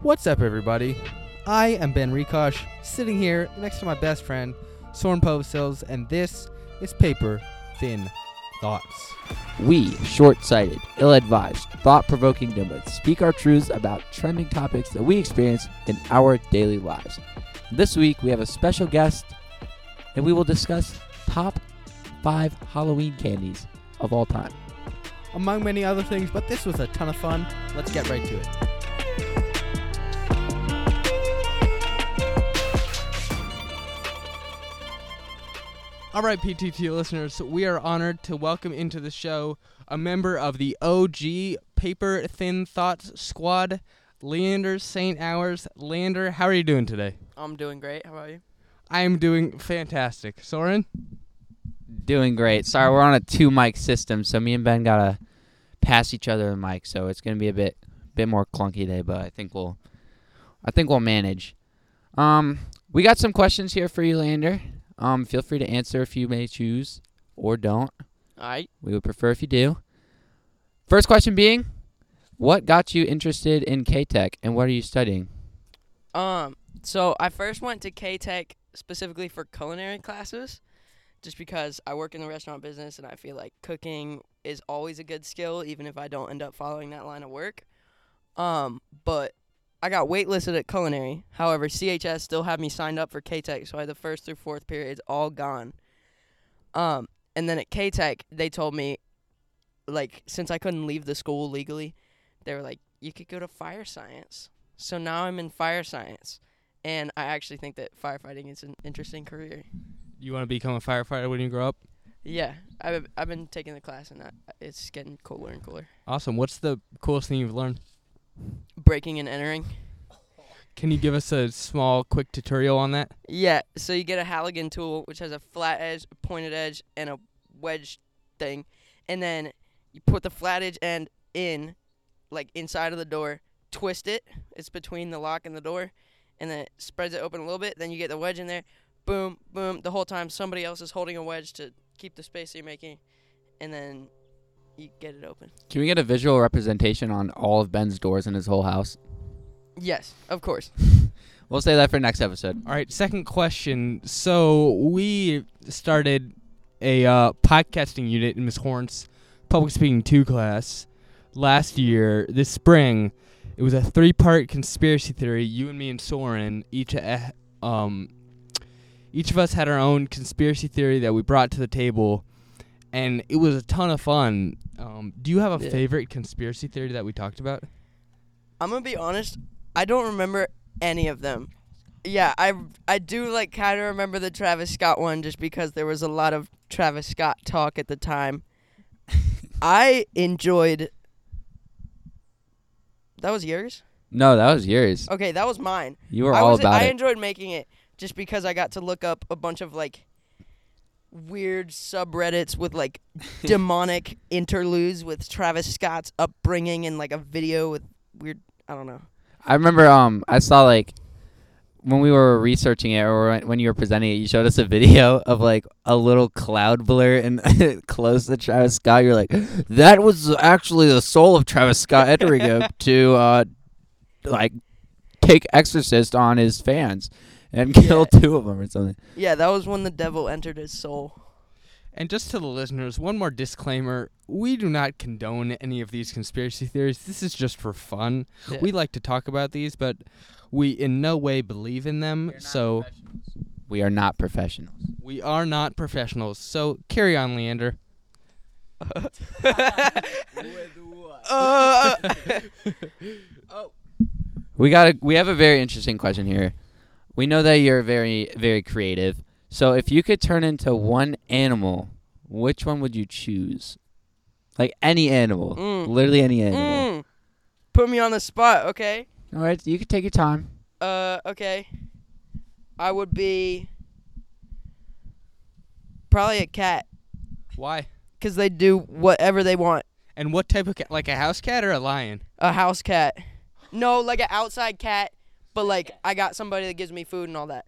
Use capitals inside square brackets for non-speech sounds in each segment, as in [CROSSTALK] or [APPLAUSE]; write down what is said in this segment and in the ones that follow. What's up, everybody? I am Ben Rikosh, sitting here next to my best friend, Soren Povsils, and this is Paper Thin Thoughts. We, short sighted, ill advised, thought provoking dimwits, speak our truths about trending topics that we experience in our daily lives. This week, we have a special guest, and we will discuss top five Halloween candies of all time. Among many other things, but this was a ton of fun. Let's get right to it. All right, PTT listeners, we are honored to welcome into the show a member of the OG Paper Thin Thoughts squad, Leander St. Hours. Leander, how are you doing today? I'm doing great. How about you? I am doing fantastic. Soren? Doing great. Sorry, we're on a two mic system, so me and Ben gotta pass each other the mic, so it's gonna be a bit bit more clunky today, but I think we'll I think we'll manage. Um we got some questions here for you, Lander. Um feel free to answer if you may choose or don't. All right. We would prefer if you do. First question being what got you interested in K Tech and what are you studying? Um. So I first went to K Tech specifically for culinary classes, just because I work in the restaurant business and I feel like cooking is always a good skill, even if I don't end up following that line of work. Um. But I got waitlisted at culinary. However, CHS still had me signed up for K Tech, so I had the first through fourth periods all gone. Um. And then at K Tech, they told me, like, since I couldn't leave the school legally, they were like, you could go to fire science. So now I'm in fire science, and I actually think that firefighting is an interesting career. You want to become a firefighter when you grow up? Yeah, I've I've been taking the class, and I, it's getting cooler and cooler. Awesome. What's the coolest thing you've learned? Breaking and entering. Can you give us a small, quick tutorial on that? Yeah, so you get a Halligan tool, which has a flat edge, a pointed edge, and a wedge thing, and then you put the flat edge end in, like inside of the door, twist it. It's between the lock and the door, and then it spreads it open a little bit. Then you get the wedge in there. Boom, boom. The whole time somebody else is holding a wedge to keep the space that you're making, and then you get it open. Can we get a visual representation on all of Ben's doors in his whole house? Yes, of course. We'll say that for next episode. All right, second question. So we started a uh, podcasting unit in Miss Horn's public speaking two class last year. This spring, it was a three-part conspiracy theory. You and me and Soren each uh, um each of us had our own conspiracy theory that we brought to the table, and it was a ton of fun. Um, do you have a Yeah. favorite conspiracy theory that we talked about? I'm gonna be honest. I don't remember any of them. Yeah, I I do like kind of remember the Travis Scott one just because there was a lot of Travis Scott talk at [LAUGHS] the time. I enjoyed. That was yours. No, that was yours. Okay, that was mine. You were I all was- about I it. enjoyed making it just because I got to look up a bunch of like weird subreddits [LAUGHS] with like demonic interludes with Travis Scott's upbringing and like a video with weird. I don't know. I remember um I saw like when we were researching it or when- when you were presenting it, you showed us a video of like a little cloud blur and [LAUGHS] close to Travis Scott. You're like, that was actually the soul of Travis Scott entering him to uh like take exorcist on his fans and kill two of them or something. Yeah, that was when the devil entered his soul. And just to the listeners, one more disclaimer. We do not condone any of these conspiracy theories. This is just for fun. Yeah. We like to talk about these, but we in no way believe in them. So We are not professionals. we are not professionals. So carry on, Leander. [LAUGHS] Uh, We got a, we have a very interesting question here. We know that you're very very creative. So if you could turn into one animal, which one would you choose? Like any animal, Mm. literally any animal. mm. put me on the spot, okay? All right, you can take your time. Uh, okay. I would be probably a cat Why? because they do whatever they want. And what type of cat? Like a house cat or a lion? A house cat. No, like an outside cat, but like I got somebody that gives me food and all that.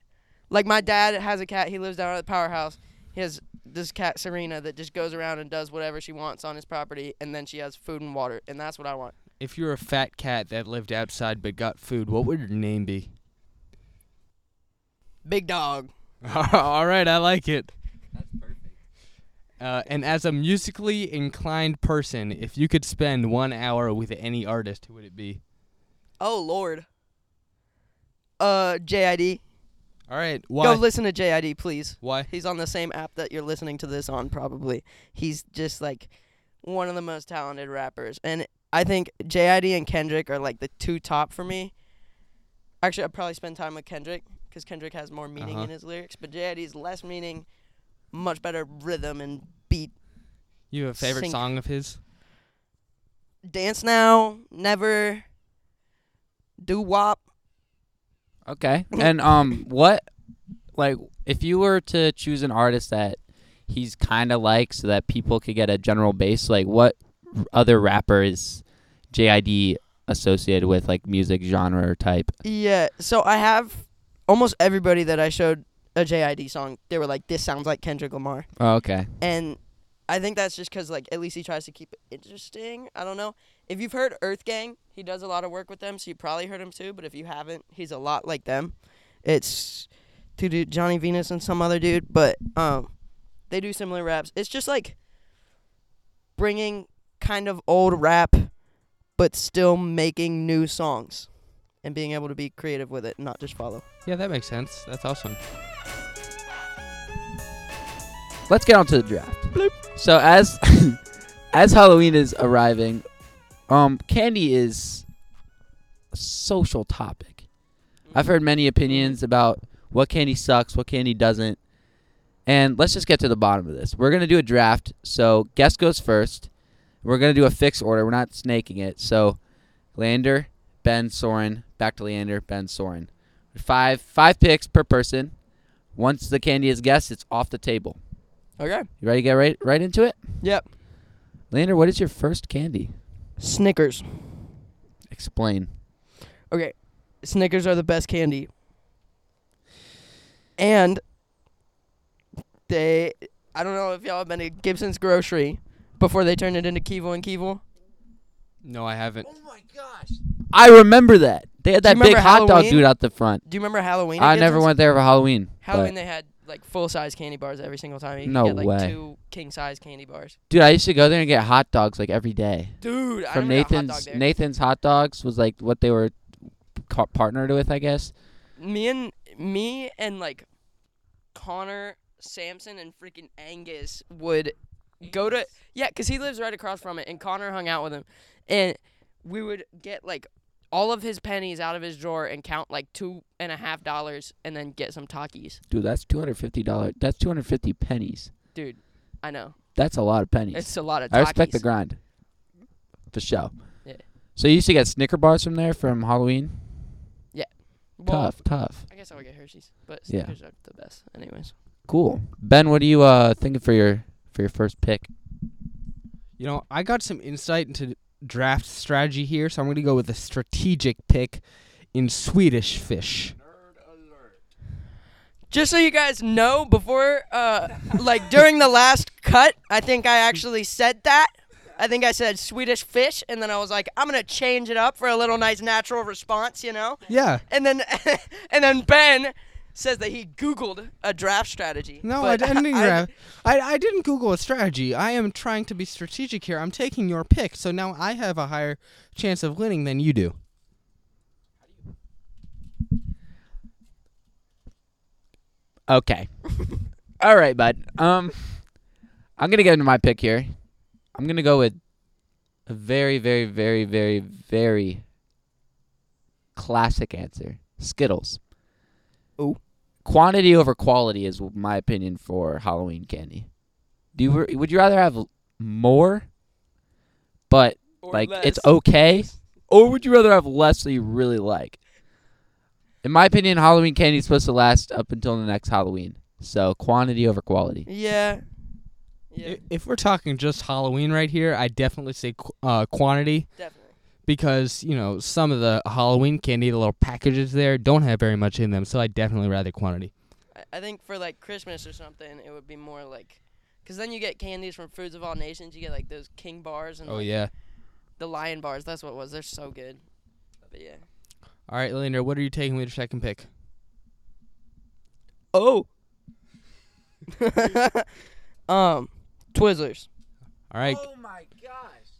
Like my dad has a cat. He lives down at the powerhouse. He has this cat Serena that just goes around and does whatever she wants on his property, and then she has food and water, and that's what I want. If you were a fat cat that lived outside but got food, what would your name be? Big dog. [LAUGHS] All right, I like it. That's perfect. Uh, and as a musically inclined person, if you could spend one hour with any artist, who would it be? Oh Lord. Uh, JID. All right, Go why? listen to JID, please. why? He's on the same app that you're listening to this on, probably. He's just like one of the most talented rappers, and I think JID and Kendrick are like the two top for me. Actually, I probably spend time with Kendrick because Kendrick has more meaning Uh-huh. in his lyrics, but JID's less meaning, much better rhythm and beat. You have a favorite Sync. song of his? Dance now, never. Do wop. Okay. And um what like if you were to choose an artist that he's kind of like so that people could get a general base like what r- other rapper is JID associated with like music genre or type? Yeah. So I have almost everybody that I showed a JID song. They were like, "This sounds like Kendrick Lamar." Oh, okay. and I think that's just because like at least he tries to keep it interesting. I don't know if you've heard Earth Gang, he does a lot of work with them, so you probably heard him too. But if you haven't, he's a lot like them. It's two dude Johnny Venus and some other dude, but um, they do similar raps. It's just like bringing kind of old rap, but still making new songs, and being able to be creative with it, not just follow. Yeah, that makes sense. That's awesome. Let's get on to the draft. So as [LAUGHS] as Halloween is arriving, um candy is a social topic. I've heard many opinions about what candy sucks, what candy doesn't. And let's just get to the bottom of this. We're going to do a draft. So, guest goes first. We're going to do a fixed order. We're not snaking it. So, Lander, Ben, Soren, back to Leander, Ben, Soren. Five five picks per person. Once the candy is guessed, it's off the table. Okay. You ready to get right right into it? Yep. Lander, what is your first candy? Snickers. Explain. Okay. Snickers are the best candy. And they I don't know if y'all have been to Gibson's grocery before they turned it into Keevil and Keevil. No, I haven't. my gosh. I remember that. They had Do you that big remember hot dog Halloween? dude out the front. Do you remember Halloween? at I never Gibson's? went there for Halloween. but- Halloween they had like full size candy bars every single time. You could No get like way. two king size candy bars. Dude, I used to go there and get hot dogs like every day. Dude, I From never got a hot dog Nathan's there. Nathan's hot dogs was like what they were ca- partnered with, I guess. me and me and like Connor Sampson and freaking Angus would go to yeah, 'cause he lives right across from it, and Connor hung out with him, and we would get like all of his pennies out of his drawer and count like two and a half dollars, and then get some Takis. Dude, that's two hundred fifty dollars. That's two hundred fifty pennies. Dude, I know That's a lot of pennies. it's a lot of. Takis. I respect the grind. For show. Yeah. So you used to get Snicker bars from there from Halloween. Well, tough, tough. I guess I would get Hershey's, but Yeah. Snickers are the best, anyways. Cool. Ben, what are you uh thinking for your for your first pick? You know, I got some insight into draft strategy here, so I'm going to go with a strategic pick in Swedish fish. Just so you guys know, before, uh, like during the last cut, I think I actually said that. I think I said Swedish fish, and then I was like, I'm gonna change it up for a little nice natural response, you know. Yeah. And then, [LAUGHS] and then Ben says that he Googled a draft strategy. No, [LAUGHS] But I [LAUGHS] didn't. I, I didn't Google a strategy. I am trying to be strategic here. I'm taking your pick, so now I have a higher chance of winning than you do. Okay. [LAUGHS] All right, bud. Um, I'm gonna get into my pick here. I'm gonna go with a very, very, very, very, very classic answer: Skittles. Ooh. Quantity over quality is my opinion for Halloween candy. Do you, would you rather have more, but Or like it's less. okay, or would you rather have less that you really like? In my opinion, Halloween candy is supposed to last up until the next Halloween. So quantity over quality. Yeah. Yeah, I- If we're talking just Halloween right here, I definitely say qu- uh, quantity definitely. because you know some of the Halloween candy, the little packages there, don't have very much in them. So I definitely rather quantity. I- I think for like Christmas or something, it would be more like, cause then you get candies from foods of all nations. You get like those King bars and Oh like, yeah. the lion bars. That's what it was. They're so good. But yeah. All right, Leander, what are you taking with your second pick? Oh. [LAUGHS] um, [LAUGHS] Twizzlers. All right, Oh my gosh.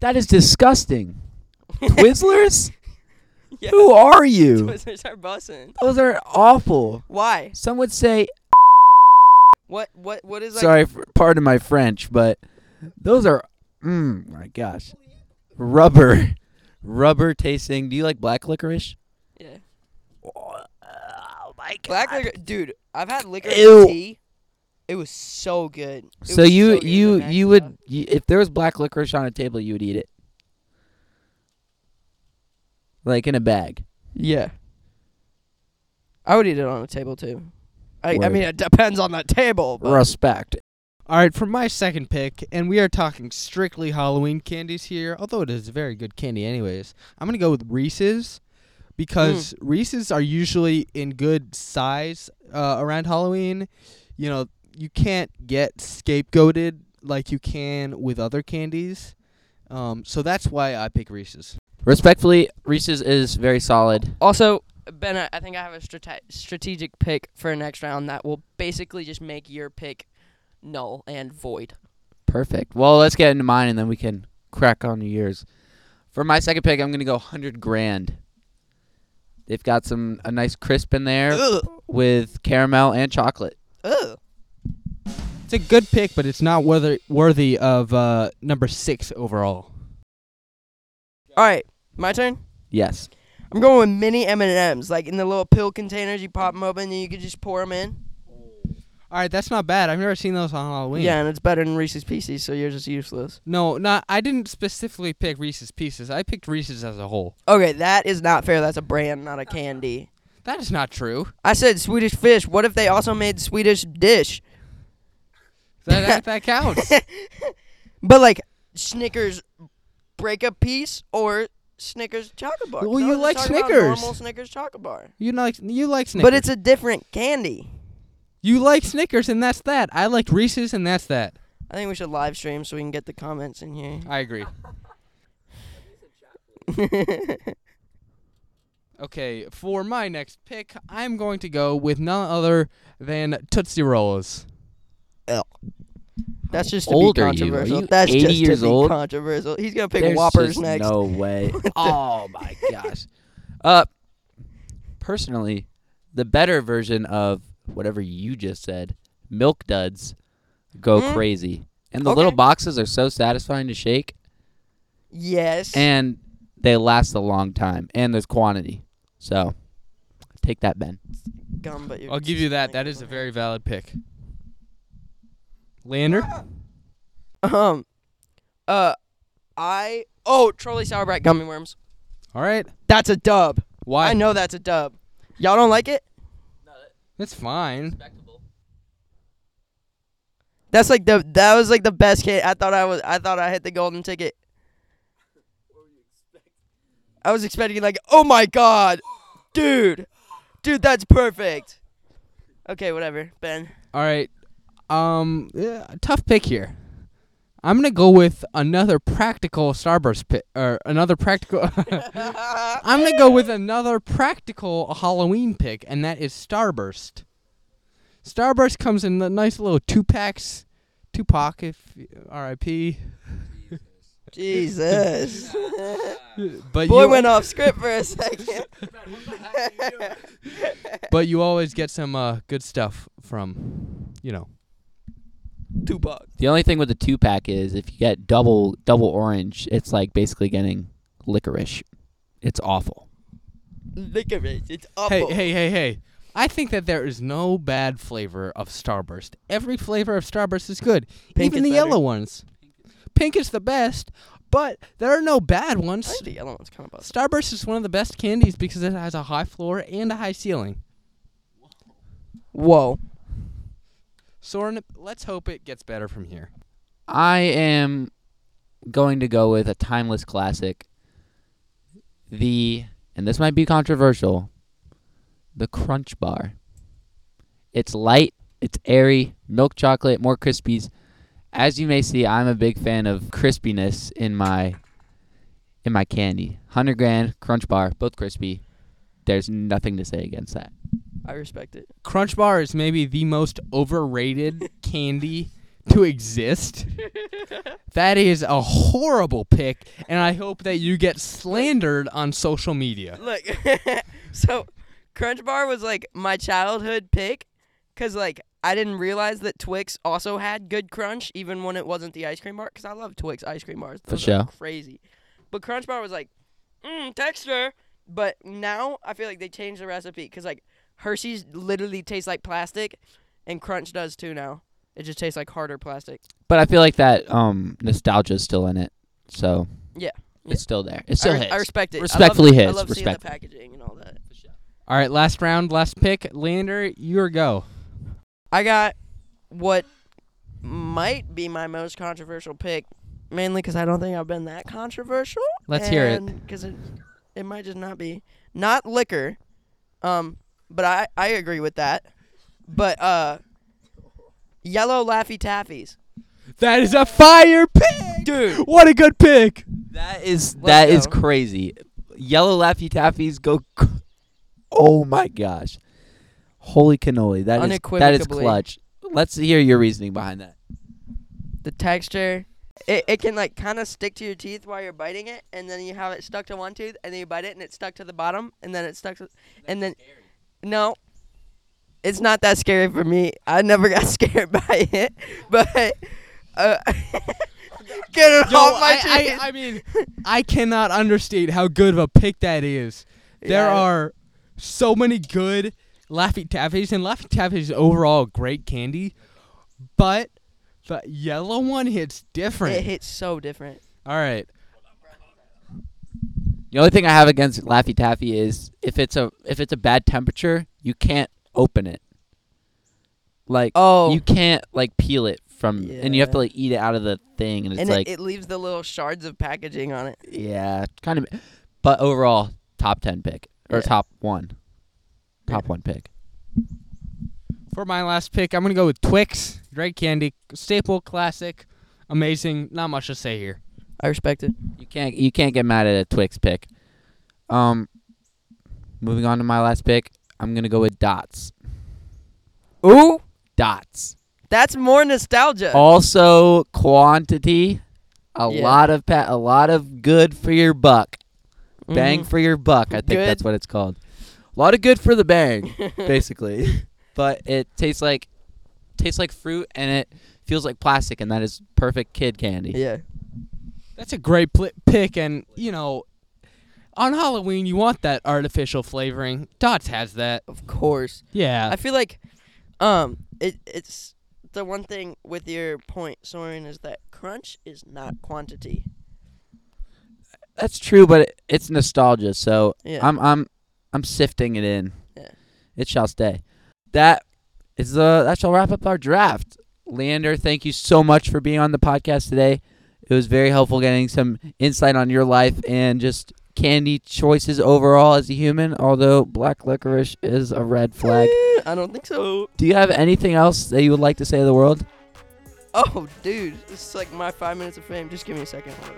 That is disgusting. [LAUGHS] Twizzlers? Yeah. Who are you? Twizzlers are bussin'. Those are awful. Why? Some would say What? What? What is like? sorry for pardon my French, but those are mm my gosh. Rubber. Rubber tasting. Do you like black licorice? Yeah. Oh my god. Black liquor, dude. I've had liquor Ew. tea. It was so good. It So was you good with you mac you and would stuff. you, if there was black licorice on a table, you would eat it. Like in a bag. Yeah. I would eat it on a table too. I, I Word. mean, it depends on the table. But Respect. all right. For my second pick, and we are talking strictly Halloween candies here, although it is a very good candy, anyways. I'm gonna go with Reese's because Reese's are usually in good size uh, around Halloween. You know, you can't get scapegoated like you can with other candies. Um, so that's why I pick Reese's. Respectfully, Reese's is very solid. Also, Ben, I- I think I have a strate- strategic pick for next round that will basically just make your pick null and void. Perfect. Well, let's get into mine and then we can crack on to yours. For my second pick, I'm gonna go hundred grand. They've got some a nice crisp in there Ugh. with caramel and chocolate. Ugh. It's a good pick, but it's not worthy worthy of uh, number six overall. All right, my turn. Yes. I'm going with mini M and M's, like in the little pill containers. You pop them open, and you can just pour them in. All right, that's not bad. I've never seen those on Halloween. Yeah, and it's better than Reese's Pieces, so yours is useless. No, not. I didn't specifically pick Reese's Pieces. I picked Reese's as a whole. Okay, that is not fair. That's a brand, not a candy. That is not true. I said Swedish fish. What if they also made Swedish dish? That that, [LAUGHS] that counts. But like Snickers break a piece or Snickers chocolate bar. 'Cause Well, I you was just like talking about Snickers. normal Snickers chocolate bar. you like you like Snickers, But it's a different candy. you like Snickers, and that's that. I liked Reese's, and that's that. I think we should live stream so we can get the comments in here. I agree. [LAUGHS] Okay, for my next pick, I'm going to go with none other than Tootsie Rolls. That's just to old be are you? Are controversial. you That's 80 just years to be old? controversial. He's gonna pick There's Whoppers just next. No [LAUGHS] way. oh my gosh. Uh, personally, the better version of whatever you just said, milk duds, go Mm. crazy. And the little Okay. boxes are so satisfying to shake, Yes. and they last a long time, and there's quantity. So, take that, Ben. gum, but you're I'll give you that. That is a very valid pick. Leander. [LAUGHS] um uh I oh trolley sour bright gummy worms. All right. That's a dub. Why? I know that's a dub. Y'all don't like it? That's fine. That's like the that was like the best kid. I thought I was I thought I hit the golden ticket. I was expecting like, oh my god, dude, dude, that's perfect. Okay, whatever, Ben. [LAUGHS] All right. Um, yeah, tough pick here. I'm gonna go with another practical Starburst pick, or another practical. [LAUGHS] I'm gonna go with another practical Halloween pick, and that is Starburst. Starburst comes in the nice little two packs, two pack if R.I.P. Jesus, But boy you, [LAUGHS] went off script for a second. but you always get some uh, good stuff from, you know. Tupac. The only thing with the two pack is if you get double double orange, it's like basically getting licorice. It's awful. Licorice. It's Hey, awful. hey, hey, hey. I think that there is no bad flavor of Starburst. Every flavor of Starburst is good, Pink even the is better. yellow ones. Pink is the best, but there are no bad I think ones. the yellow one's kind of busted. Starburst is one of the best candies because it has a high floor and a high ceiling. Whoa. Soren, let's hope it gets better from here. I am going to go with a timeless classic. The and this might be controversial, the Crunch Bar. It's light, it's airy, milk chocolate, more crispies, as you may see, I'm a big fan of crispiness in my in my candy. Hundred grand Crunch Bar, both crispy. There's nothing to say against that. I respect it. Crunch Bar is maybe the most overrated candy to exist. That is a horrible pick, and I hope that you get slandered on social media. Look, [LAUGHS] so Crunch Bar was like my childhood pick because like I didn't realize that Twix also had good crunch even when it wasn't the ice cream bar because I love Twix ice cream bars. For Those are sure. Crazy. But Crunch Bar was like, mm, texture. But now I feel like they changed the recipe because like Hershey's literally tastes like plastic and Crunch does too now. It just tastes like harder plastic. But I feel like that um nostalgia is still in it. So Yeah. It's still there. It still I, re- hits. I respect it. I love- Respectfully I hits. love seeing the Respect. packaging and all that. All right, last round, last pick. Lander, your go. I got what might be my most controversial pick, mainly because I don't think I've been that controversial. Let's hear it. Because it, it might just not be. Not liquor, um, but I, I agree with that. But uh, yellow Laffy Taffies. That is a fire pick, Dude. What a good pick. That is Let's that is go. crazy. Yellow Laffy Taffies go. c- Oh my gosh! Holy cannoli! That is that is Unequivocably. clutch. Let's hear your reasoning behind that. The texture. It, it can like kind of stick to your teeth while you're biting it, and then you have it stuck to one tooth, and then you bite it, and it's stuck to the bottom, and then it's stuck to, and then no, it's not that scary for me. I never got [LAUGHS] scared by it, but uh, [LAUGHS] get it Yo, off my I, teeth. I, I mean, I cannot understate how good of a pick that is. There Yeah. are so many good Laffy Taffies, and Laffy Taffy is overall great candy, but the yellow one hits different. it hits so different. All right. The only thing I have against Laffy Taffy is if it's a if it's a bad temperature, you can't open it. Like Oh. you can't like peel it from, and you have to Yeah. like eat it out of the thing, and it's and like it, it leaves the little shards of packaging on it. yeah, kind of. But overall, top ten pick or Yeah. top one, top one pick. For my last pick, I'm going to go with Twix. Great candy, staple, classic, amazing. Not much to say here. I respect it. You can't you can't get mad at a Twix pick. Um, moving on to my last pick, I'm gonna go with Dots. Ooh, Dots. that's more nostalgia. Also quantity, a Uh, Yeah. lot of pa- a lot of good for your buck, [LAUGHS] bang [LAUGHS] for your buck. I think Mm-hmm. Good. that's what it's called. A lot of good for the [LAUGHS] bang, basically. but it tastes like tastes like fruit, and it feels like plastic, and that is perfect kid candy. Yeah. That's a great pl- pick, and you know, on Halloween you want that artificial flavoring. Dots has that. Of course. Yeah. I feel like um it it's the one thing with your point, Soren, is that crunch is not quantity. That's true, but it, it's nostalgia. So Yeah. I'm I'm I'm sifting it in. Yeah. It shall stay. That is the that shall wrap up our draft. Leander, thank you so much for being on the podcast today. It was very helpful getting some insight on your life and just candy choices overall as a human, although black licorice is a red flag. Eh, I don't think so. Do you have anything else that you would like to say to the world? Oh, dude, this is like my five minutes of fame. Just give me a second. Hold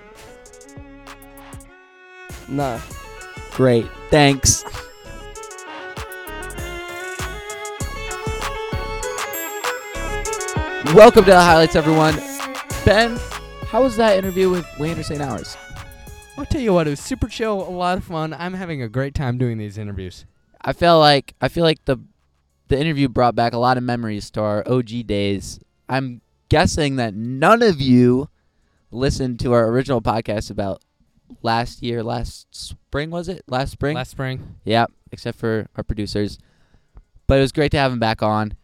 on. Nah. Great. Thanks. Welcome to the highlights, everyone. Ben, how was that interview with Leander St. Hours? I'll tell you what, it was super chill, a lot of fun. I'm having a great time doing these interviews. I felt like I feel like the the interview brought back a lot of memories to our OG days. I'm guessing that none of you listened to our original podcast about last year, last spring was it? Last spring? Last spring. Yep, except for our producers. But it was great to have him back on.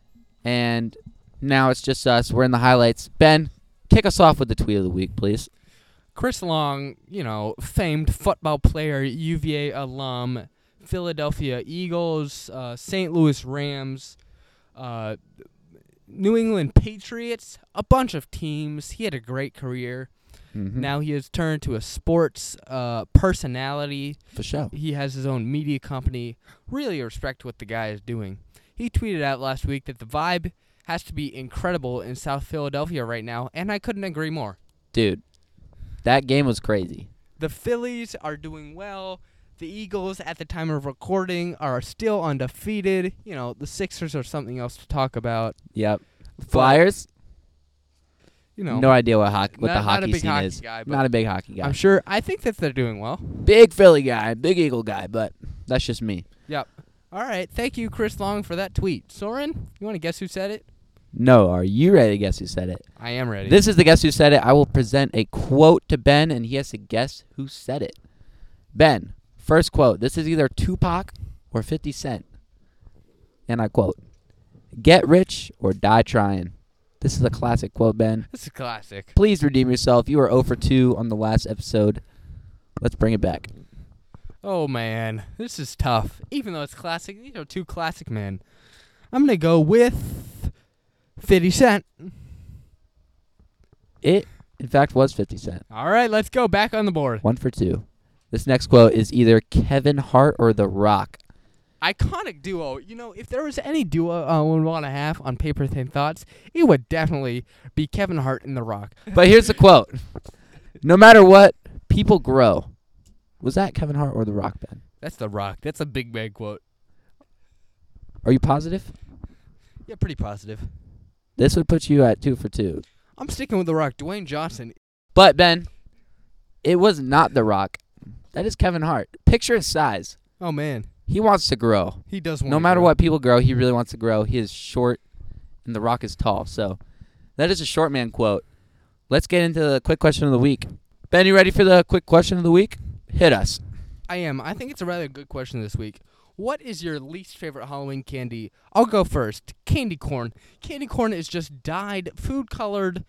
And now it's just us. We're in the highlights. Ben, kick us off with the tweet of the week, please. Chris Long, you know, famed football player, UVA alum, Philadelphia Eagles, uh, St. Louis Rams, uh, New England Patriots, a bunch of teams. He had a great career. Mm-hmm. Now he has turned to a sports uh, personality. for show. he has his own media company. Really respect what the guy is doing. He tweeted out last week that the vibe has to be incredible in South Philadelphia right now, and I couldn't agree more. Dude, that game was crazy. The Phillies are doing well. The Eagles, at the time of recording, are still undefeated. You know, the Sixers are something else to talk about. Yep. Flyers, You know, no, idea what, hockey, what not, the not hockey a big scene hockey is. guy, but Not a big hockey guy. I'm sure. I think that they're doing well. big Philly guy, big Eagle guy, but that's just me. All right, thank you, Chris Long, for that tweet. Soren, you want to guess who said it? No, are you ready to guess who said it? I am ready. This is the guess who said it. I will present a quote to Ben, and he has to guess who said it. Ben, first quote. This is either Tupac or 50 Cent. And I quote, Get rich or die trying. This is a classic quote, Ben. this is classic. Please redeem yourself. You were 0 for 2 on the last episode. Let's bring it back. Oh man, this is tough. Even though it's classic, these are two classic men. I'm gonna go with Fifty Cent. It, in fact, was 50 Cent. All right, let's go back on the board. 1 for 2. This next quote is either Kevin Hart or The Rock. Iconic duo. You know, if there was any duo uh, we would want to have on Paper Thin Thoughts, it would definitely be Kevin Hart and The Rock. But here's the quote No matter what, people grow. Was that Kevin Hart or The Rock, Ben? That's The Rock. That's a big bang quote. Are you positive? Yeah, pretty positive. This would put you at 2 for 2. I'm sticking with The Rock. Dwayne Johnson. But, Ben, it was not The Rock. That is Kevin Hart. Picture his size. Oh man, He wants to grow. he does. No wanna matter grow. what people grow, he really wants to grow. He is short, and The Rock is tall. So that is a short man quote. Let's get into the quick question of the week. Ben, you ready for the quick question of the week? Hit us. I am. I think it's a rather good question this week. What is your least favorite Halloween candy? I'll go first. Candy corn. Candy corn is just dyed, food colored,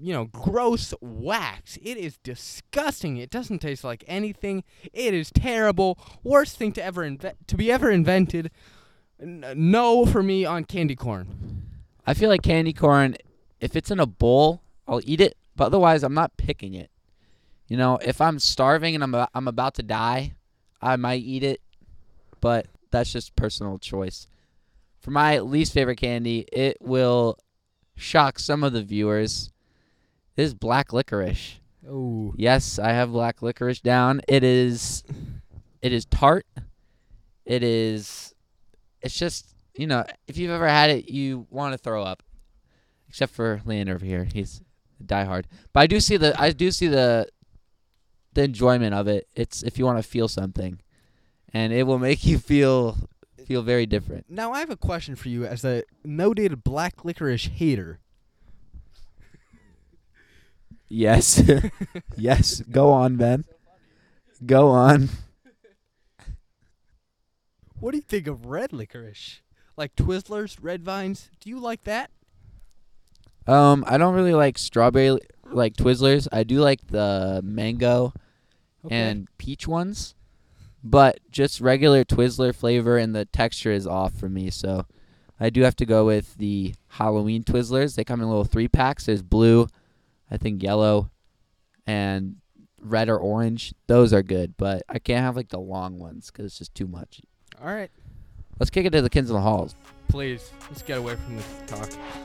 you know, gross wax. It is disgusting. It doesn't taste like anything. It is terrible. Worst thing to ever inve- to be ever invented. N- no for me on candy corn. I feel like candy corn, if it's in a bowl, I'll eat it. But otherwise, I'm not picking it. You know, if I'm starving and I'm, a- I'm about to die, I might eat it. But that's just personal choice. For my least favorite candy, it will shock some of the viewers. It is black licorice. Oh. Yes, I have black licorice down. It is it is tart. It is it's just you know, if you've ever had it you want to throw up. Except for Leander over here. He's diehard. But I do see the I do see the the enjoyment of it. It's if you want to feel something. And it will make you feel feel very different. Now I have a question for you as a noted black licorice hater. Yes. [LAUGHS] yes. Go on, Ben. Go on. What do you think of red licorice? Like Twizzlers, Red Vines? Do you like that? Um, I don't really like strawberry like Twizzlers. I do like the mango and peach ones, but just regular Twizzler flavor and the texture is off for me. So, I do have to go with the Halloween Twizzlers. They come in little three packs. There's blue, I think yellow, and red or orange. Those are good, but I can't have like the long ones because it's just too much. all right, Let's kick it to the kids in the halls. please let's get away from this talk.